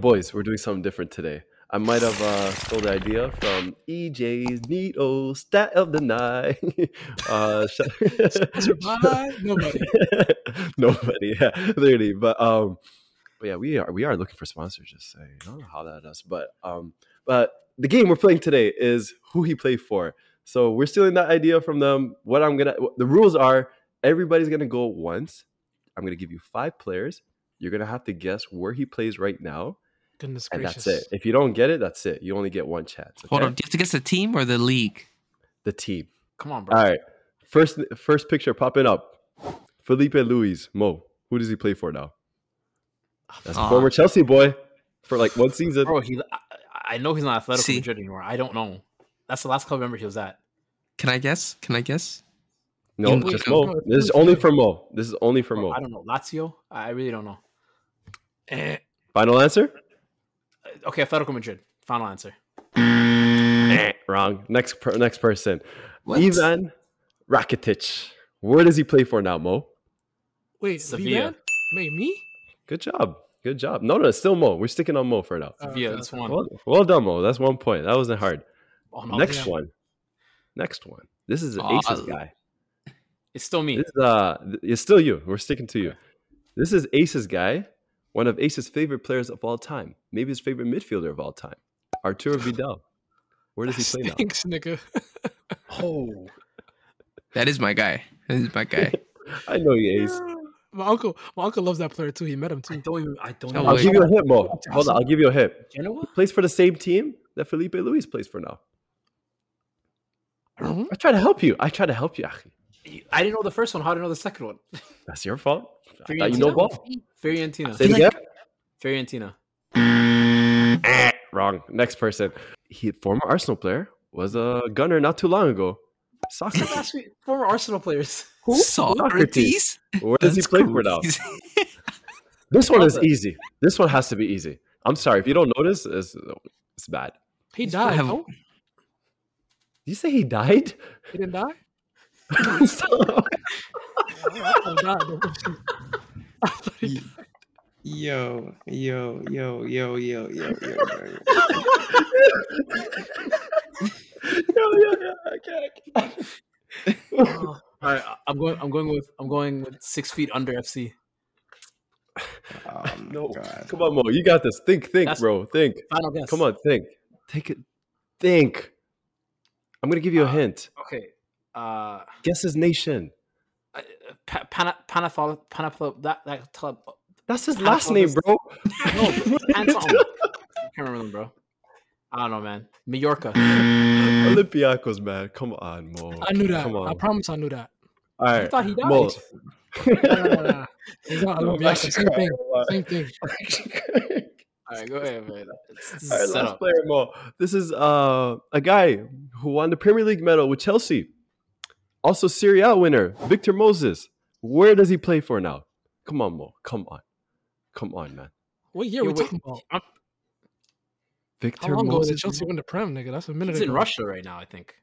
Boys, we're doing something different today. I might have uh, stole the idea from EJ's neat old stat of the night. uh, Sponsored sh- by nobody. Nobody, yeah, literally. But um, but yeah, we are we are looking for sponsors. Just say, don't holler at us. But um, but the game we're playing today is who he played for. So we're stealing that idea from them. What I'm gonna the rules are everybody's gonna go once. I'm gonna give you five players. You're gonna have to guess where he plays right now, Goodness and gracious. that's it. If you don't get it, that's it. You only get one chance. Hold okay? on. Do you have to guess the team or the league? The team. Come on, bro. All right. First first picture popping up. Felipe Luis Mo. Who does he play for now? That's a Aw. former Chelsea boy for like one season. Bro, he, I, I know he's not Athletic See? Madrid anymore. I don't know. That's the last club I remember he was at. Can I guess? Can I guess? No, Wait, just no, Mo. no, it's This is Luis only Felipe. for Mo. This is only for Bro, Mo. I don't know. Lazio? I I really don't know. Eh, Final answer? okay, Athletic Madrid. Final answer. Eh, Wrong. Next per- next person. What? Ivan Rakitic. Where does he play for now, Mo? Wait, Sevilla. Sevilla? Wait, me? Good job. Good job. No, no, it's still Mo. We're sticking on Mo for now. Oh, Sevilla, okay, this okay. one. Well, well done, Mo. That's one point. That wasn't hard. Oh, no, Next yeah. one. Next one. This is an Aw, aces I- guy. It's still me. This is uh th- it's still you. We're sticking to you. This is Ace's guy, one of Ace's favorite players of all time. Maybe his favorite midfielder of all time. Arturo Vidal. Where does he play now? Stinks, nigga. Oh. That is my guy. That is my guy. I know you, Ace. my uncle, my uncle loves that player too. He met him too. Don't even, I don't Oh, I'll wait. give you a hint, Mo. Hold on, I'll give you a hint. Genoa? Plays for the same team that Felipe Luis plays for now. Mhm. I try to help you. I try to help you. Aki. I didn't know the first one. How did I know the second one? That's your fault. I thought Fiorentina. you know ball. Fiorentina. Say it again. Fiorentina. Eh, Wrong. Next person. He former Arsenal player was a gunner not too long ago. Socrates. Last week, former Arsenal players. Socrates. Where does he That's play for now? crazy. This one is Brother. easy. This one has to be easy. I'm sorry if you don't notice. It's, it's bad. He He's died. probably- No? Did you say he died? He didn't die. Stop. Oh, died. no. Yo, yo, yo, yo, yo, yo, yo, yo. yeah, yeah, yeah. I can't. I can't. All right, I- I'm going. I'm going with. I'm going with six feet under FC. Oh my No. god. Come on, Mo. You got this. Think, think, That's- bro. Think. Final guess. Come on, think. Take it. Think. I'm gonna give you a Uh, hint. Okay. Uh, Guess his nation. I- pa- pana panathol panathol that that club. That's his How last about name, this- bro. No, Anton. I can't remember them, bro. I don't know, man. Mallorca. Mm. Olympiacos, man. Come on, Mo. I knew that. Come on. I promise I knew that. All I right, thought he died. Mo. No, no, no, no. He's not No, Olympiacos. Mexico. Same thing. Same thing. All right, go ahead, man. It's- it's All right, set last up. player, Mo. This is uh, a guy who won the Premier League medal with Chelsea. Also, Serie A winner, Victor Moses. Where does he play for now? Come on, Mo. Come on. Come on, man. What year Yo, we wait, talking about? I'm- Victor How long ago Moses. did Chelsea win the Prem, nigga? That's a minute He's ago. in Russia right now, I think.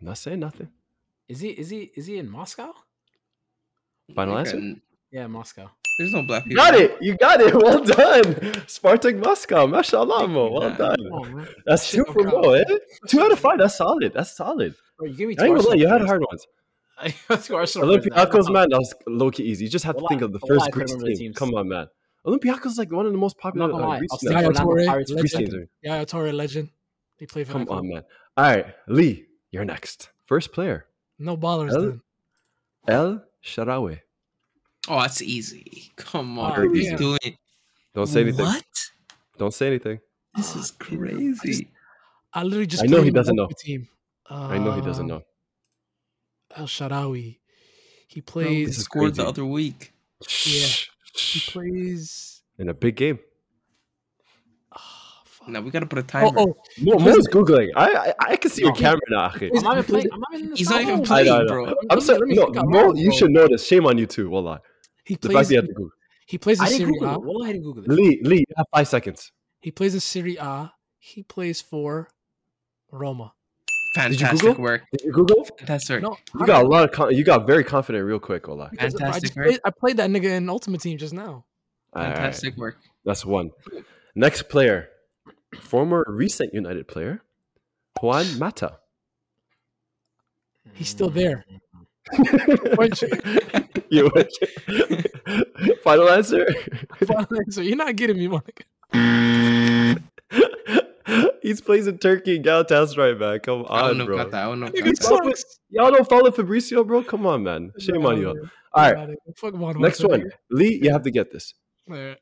I'm not saying nothing. Is he? Is he? Is he in Moscow? Final Like, answer? um, Yeah, Moscow. There's no black You people. got it. You got it. Well done. Spartak Moscow. Mashallah, Mo. Well Yeah. done. Come on, man. That's Shit, two for okay. Mo, eh? Two out of five. That's solid. That's solid. Bro, you give me. I ain't gonna lie. Arsenal You had players. hard ones. Two Arsenal players now. Olympiacos, man, that was low key easy. You just have to Well, think of the I- well, I first can Greece remember the team. teams. Come on, man. Olympiacos is like one of the most I'm not popular gonna uh, lie. Greece I'll stick now. Yaya Orlando Torre, Pirates Greece Greece. teams. Are. Yaya Torre, legend. He played for Come that club. on, man. All right, Lee, you're next. First player, No ballers Hell? then. El Sharawi. Oh, that's easy. Come Oh, on. very What are you easy. doing? Don't say anything. What? Don't say anything. This is crazy. I literally just. I know played he in the doesn't know. local Team. I know he doesn't Um, know. Al Sharawi. He He plays. is scored the crazy. other week. Shh. He plays. In a big game. ah, fuck. Now we gotta put a timer. oh, oh, Mo, Mo is googling. I, I I can see your No. camera now. Akhi. I'm not even playing. I'm not even in the He's not South. even I playing, know, I bro. know. I'm sorry. Let me No, think out Mo, loud, you bro. should know this. Shame on you too. Wallah. he The fact plays. that you have to Google. He plays in I didn't Serie Google A. it. Well, I didn't Google it. Lee, Lee, you have five seconds. He plays in Serie A. He plays for Roma. Did you Fantastic Google? work. Did you Google? Fantastic. No, You got a lot of. Con- you got very confident real quick. Ola. because I, just Fantastic work. played, I played that nigga in Ultimate Team just now. All right. Fantastic work. That's one. Next player, former recent United player, Juan Mata. He's Mm. still there. Which- you wish. Final answer. so you're not getting me, Monica. Mm, he plays in Turkey and Galatasaray, man. Come I don't on, know bro. about that. I don't know about Nigga, that. y'all don't- Y'all don't follow Fabricio, bro. Come on, man. Shame on you. Nah, All right. man. Nah, nigga. Fuck Monica. Next one, Lee. You have to get this. All right.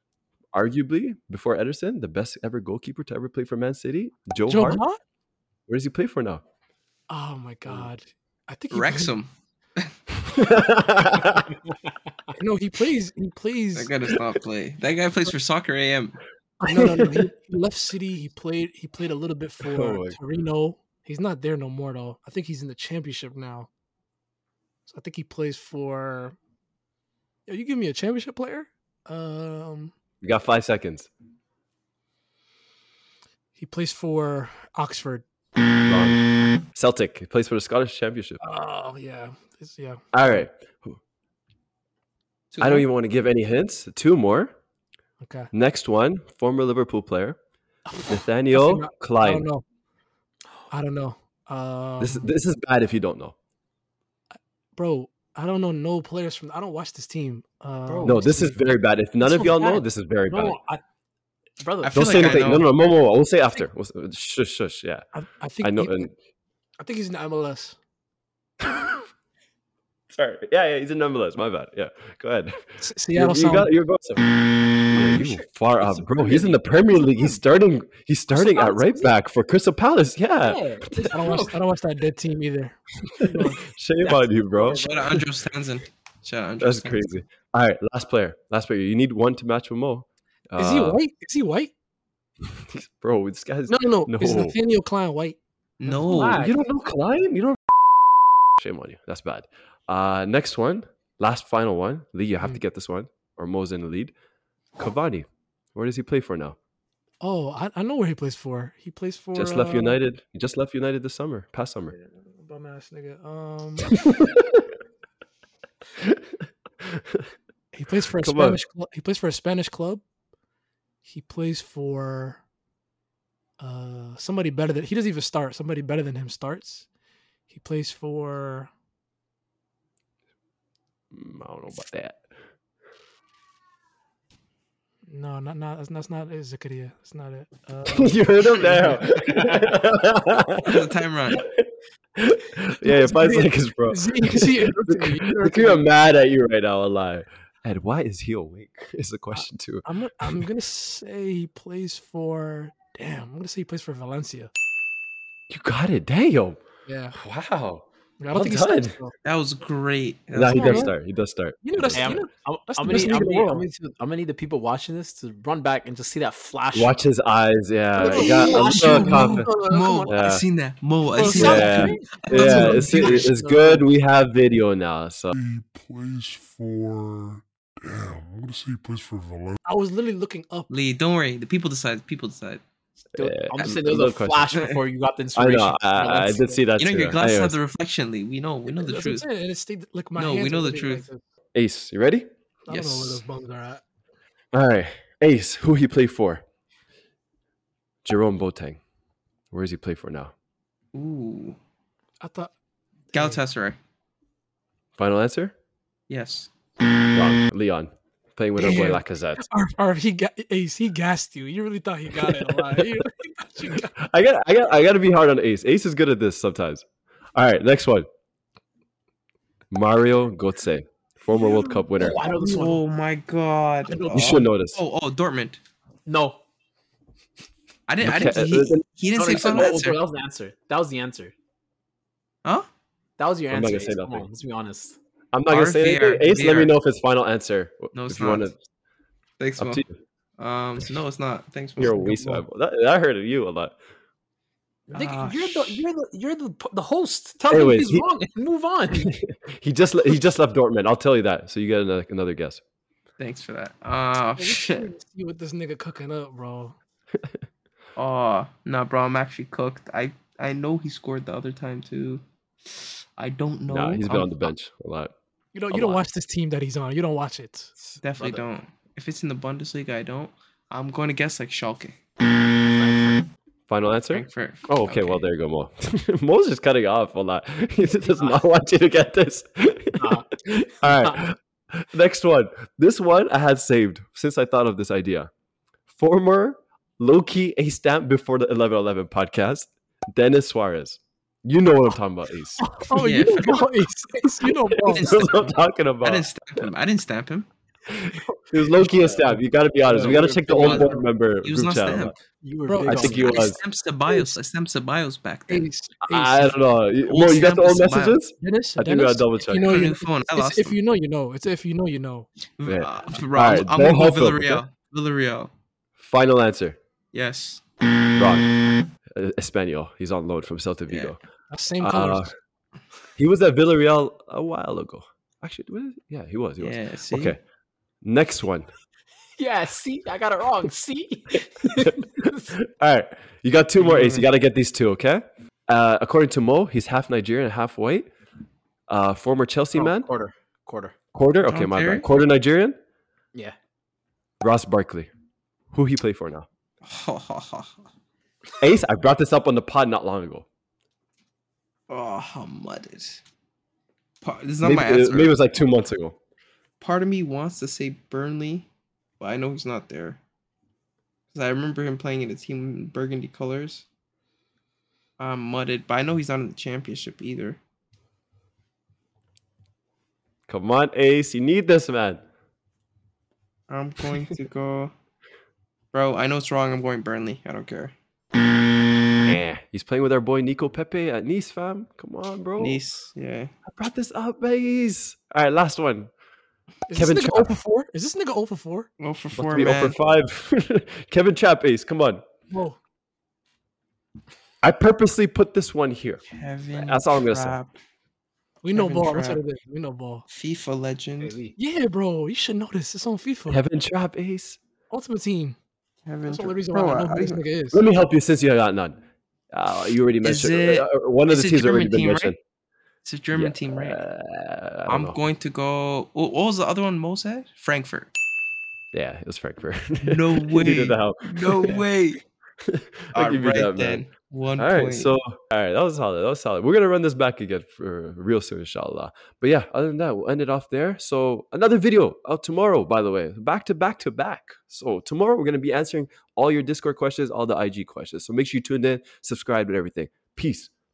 Arguably, before Ederson, the best ever goalkeeper to ever play for Man City, Joe, Joe Hart. Hart? Where does he play for now? Oh my god. I think he Wrexham. Plays, no, he plays. He plays. That guy does not play. That guy plays for Soccer AM. No, no, no. He, he left City. He played. He played a little bit for Oh my Torino. He's not there no more though. I think he's in the championship now. So I think he plays for. Yo, you give me a championship player. Um, you got five seconds. he plays for Oxford. Wrong. Celtic. He plays for the Scottish Championship. Oh yeah, It's- yeah. All right. Two I don't more? even want to give any hints. Two more. Okay. Next one, former Liverpool player, I Nathaniel forgot. I don't Klein. know. I don't know. Um, This, this is bad if you don't know. bro, I don't know no players from. I don't watch this team. Um, Bro, No, this is very bad. If none This of y'all one's know, bad. this is very bad. Bro, I, brother, I feel Don't like say I anything. No, no, know. no, Mo, Mo, Mo. We'll say after. We'll, shush, shush. Yeah, I, I think I know. he- And, I think he's in the MLS. sorry. Yeah, yeah. He's in MLS. My bad. Yeah. Go ahead. S- You, Seattle you Sound. got. You're going. Yeah, Mm. you Sure. far It's up, the bro. Premier He's in the Premier League. He's starting. He's starting at Palace, right isn't it? back for Crystal Palace. Yeah. yeah. I don't watch. I don't watch that dead team either. Shame on you, bro. Shout out Andrew Stanzen. Shout out Andrew That's Stanzen. crazy. All right, last player. Last player. You need one to match with Mo. Is he Uh, white? Is he white? bro? This guy's. No, no, no. Is no. Nathaniel Klein white? No. You don't know Klein. You don't. Shame on you. That's bad. Uh, next one. Last final one. Lee, you Mm. have to get this one, or Mo's in the lead. Cavani. Where does he play for now? Oh, I, I know where he plays for. He plays for Just left uh, United. He just left United this summer. Past summer. Bum ass nigga. Um, Mm, he plays for a Come on. Spanish. Club. He plays for a Spanish club. He plays for uh somebody better than he doesn't even start. Somebody better than him starts. He plays for. Mm, I don't know about that. No, not not that's, that's not it, Zakaria. That's not it. Uh, you heard him now. Another time round. yeah, five seconds, bro. Z- Z- Look, you're mad at you right now, alive. And why is he awake? Is the question too. I'm gonna- I'm gonna say he plays for. Damn, I'm gonna say he plays for Valencia. You got it, damn. Yeah, Wow. I don't Well think he starts, done. though. That was great. That No, was he not does it. start. He does start. You know that's Hey, I'm, you know, I'm, That's I'm the gonna best need, league I'm, gonna in the need, world. I'm, gonna need to, I'm gonna need the people watching this to run back and just see that flash. Watch his eyes. Yeah, Look he at got him. a Watch little him. confident. Mo, on. I Yeah. seen that. Mo, I Bro, seen Oh, stop that. Yeah, it. yeah. what It's, I'm it's doing. good. We have video now. So He plays for. Damn, I'm gonna say he plays for Valencia. I was literally looking up. Lee, don't worry. The people decide. People decide. Dude, Yeah, I'm just saying I there was a love questions. flash before you got I the inspiration. know. I, I did see that. You know too. your glasses have Anyways, the reflection, Lee. We know. We know the That's what I'm truth. saying, And it stayed like my No, we hands know were the moving like truth. this. Ace, you ready? I don't know where Yes. those bums are at. All right, Ace. Who he play for? Jerome Boateng. Where does he play for now? Ooh, I thought Galatasaray. Final answer. Yes. Wrong. Leon playing with our boy Damn. Lacazette. Or, or he got Ace. He gassed you. You really thought he got it. a lot. You really thought you got- I got. I got. I got to be hard on Ace. Ace is good at this sometimes. All right, next one. Mario Götze, former World Cup winner. Oh, I know this one. Oh my god. You should know this. Oh, oh, Dortmund. No, I didn't. I didn't. Okay, He, uh, he didn't no, no, say no, final no, answer. That was the answer. That was the answer. Huh? That was your I'm not answer. gonna say Ace. Come nothing. on, let's be honest. I'm not gonna say RVR, anything. Ace, let me VR. know if it's final answer. No, it's if you not. want Thanks, to, Mo. up to you. Um, no, it's not. Thanks, Mo. You're a waste. man. That, that hurt you a lot. Nigga, Ah, you're the you're the you're the, the host. Tell Anyways, him he's he- wrong and move on. He just le- he just left Dortmund. I'll tell you that. So you get another, another guess. Thanks for that. Oh Like, you shit. really See what this nigga cooking up, bro. Oh no, bro. I'm actually cooked. I I know he scored the other time too. I don't know. nah, he's been I'm- on the bench a lot. You don't. A Oh, You don't lot. watch this team that he's on. You don't watch it. Definitely Brother. don't. If it's in the Bundesliga, I don't. I'm going to guess like Schalke. Final answer? Frankfurt. Oh, okay. Well, there you go, Mo. Mo's just cutting off a lot. He just does not want you to get this. Nah. All right. Next one. This one I had saved since I thought of this idea. Former Loki A stamp before the 1111 podcast, Dennis Suarez. You know what I'm talking about, Ace. Oh, Yeah. you know, bro, Ace, Ace, you know, bro. It's- That's what I'm talking I about. didn't stamp him. I didn't stamp him. It was Loki A stamp. You got to be honest. We got to check the old board member He was group not chat. stamped. You were Bro, big I on think that. you I was. stamped Ceballos. I stamped Ceballos back then. Ace, Ace. I I don't know. Old Mo, you got stamp the old is a bio. messages? Dennis, I think we Dennis, got to double if check. you know, Turn you, in phone. I it's lost if him. you know, you know. It's if you know, you know. Yeah. Uh, All Rob, right, I'm don't going help him, okay? Villarreal. Villarreal. Final answer. Yes. Wrong. Uh, Espanol. He's on loan from Celta Yeah. Vigo. Uh, Same Uh, colors. He was at Villarreal a while ago. Actually, was it? yeah, he was. He was. Yeah. See? Okay. Next one. Yeah, see, I got it wrong. See, All right. You got two more, Ace. You got to get these two, okay? Uh, according to Mo, he's half Nigerian and half white. Uh, former Chelsea Oh, man. quarter, quarter. Quarter? Okay, my Terry? bad. Quarter Nigerian? Yeah. Ross Barkley. Who he play for now? Oh, oh, oh, Ace, I brought this up on the pod not long ago. oh, how mudded. Part, this is not maybe, my it- answer. maybe it was like two months ago. Part of me wants to say Burnley, but I know he's not there. Because I remember him playing in a team in burgundy colors. I'm mudded, but I know he's not in the championship either. Come on, Ace. You need this, man. I'm going to go. Bro, I know it's wrong. I'm going Burnley. I don't care. Eh, He's playing with our boy Nico Pepe at Nice, fam. Come on, bro. Nice. Yeah. I brought this up, Ace. All right, last one. Is Kevin this nigga Trapp. over four? Is this nigga over four? Well, for Must four, be man. over five. Kevin Trapp, Ace. Come on. Whoa. I purposely put this one here. Kevin That's all I'm gonna say. Trapp, We know Kevin ball. That's what Trapp. it is. We know ball. FIFA legend. Maybe. Yeah, bro. You should know this. It's on FIFA. Kevin Trapp, Ace. Ultimate Team. Kevin That's the Trapp. only reason why Bro, I know I- who this nigga is. Let me help you since you got none. Uh, you already Is mentioned it- uh, uh, one of is the it teams already German been team, right? mentioned. It's a German Yeah, team, right? Uh, I I'm am going. going to go. wh- What was the other one Mo said? Frankfurt. Yeah, it was Frankfurt. No You needed way. the help. No way. I'll all give you right, that, man. then. One All right, point. so all right, that was solid. That was solid. We're gonna run this back again for real soon, inshallah. But yeah, other than that, we'll end it off there. So another video out tomorrow, by the way, back to back to back. So tomorrow we're gonna be answering all your Discord questions, all the IG questions. So make sure you tune in, subscribe, and everything. Peace.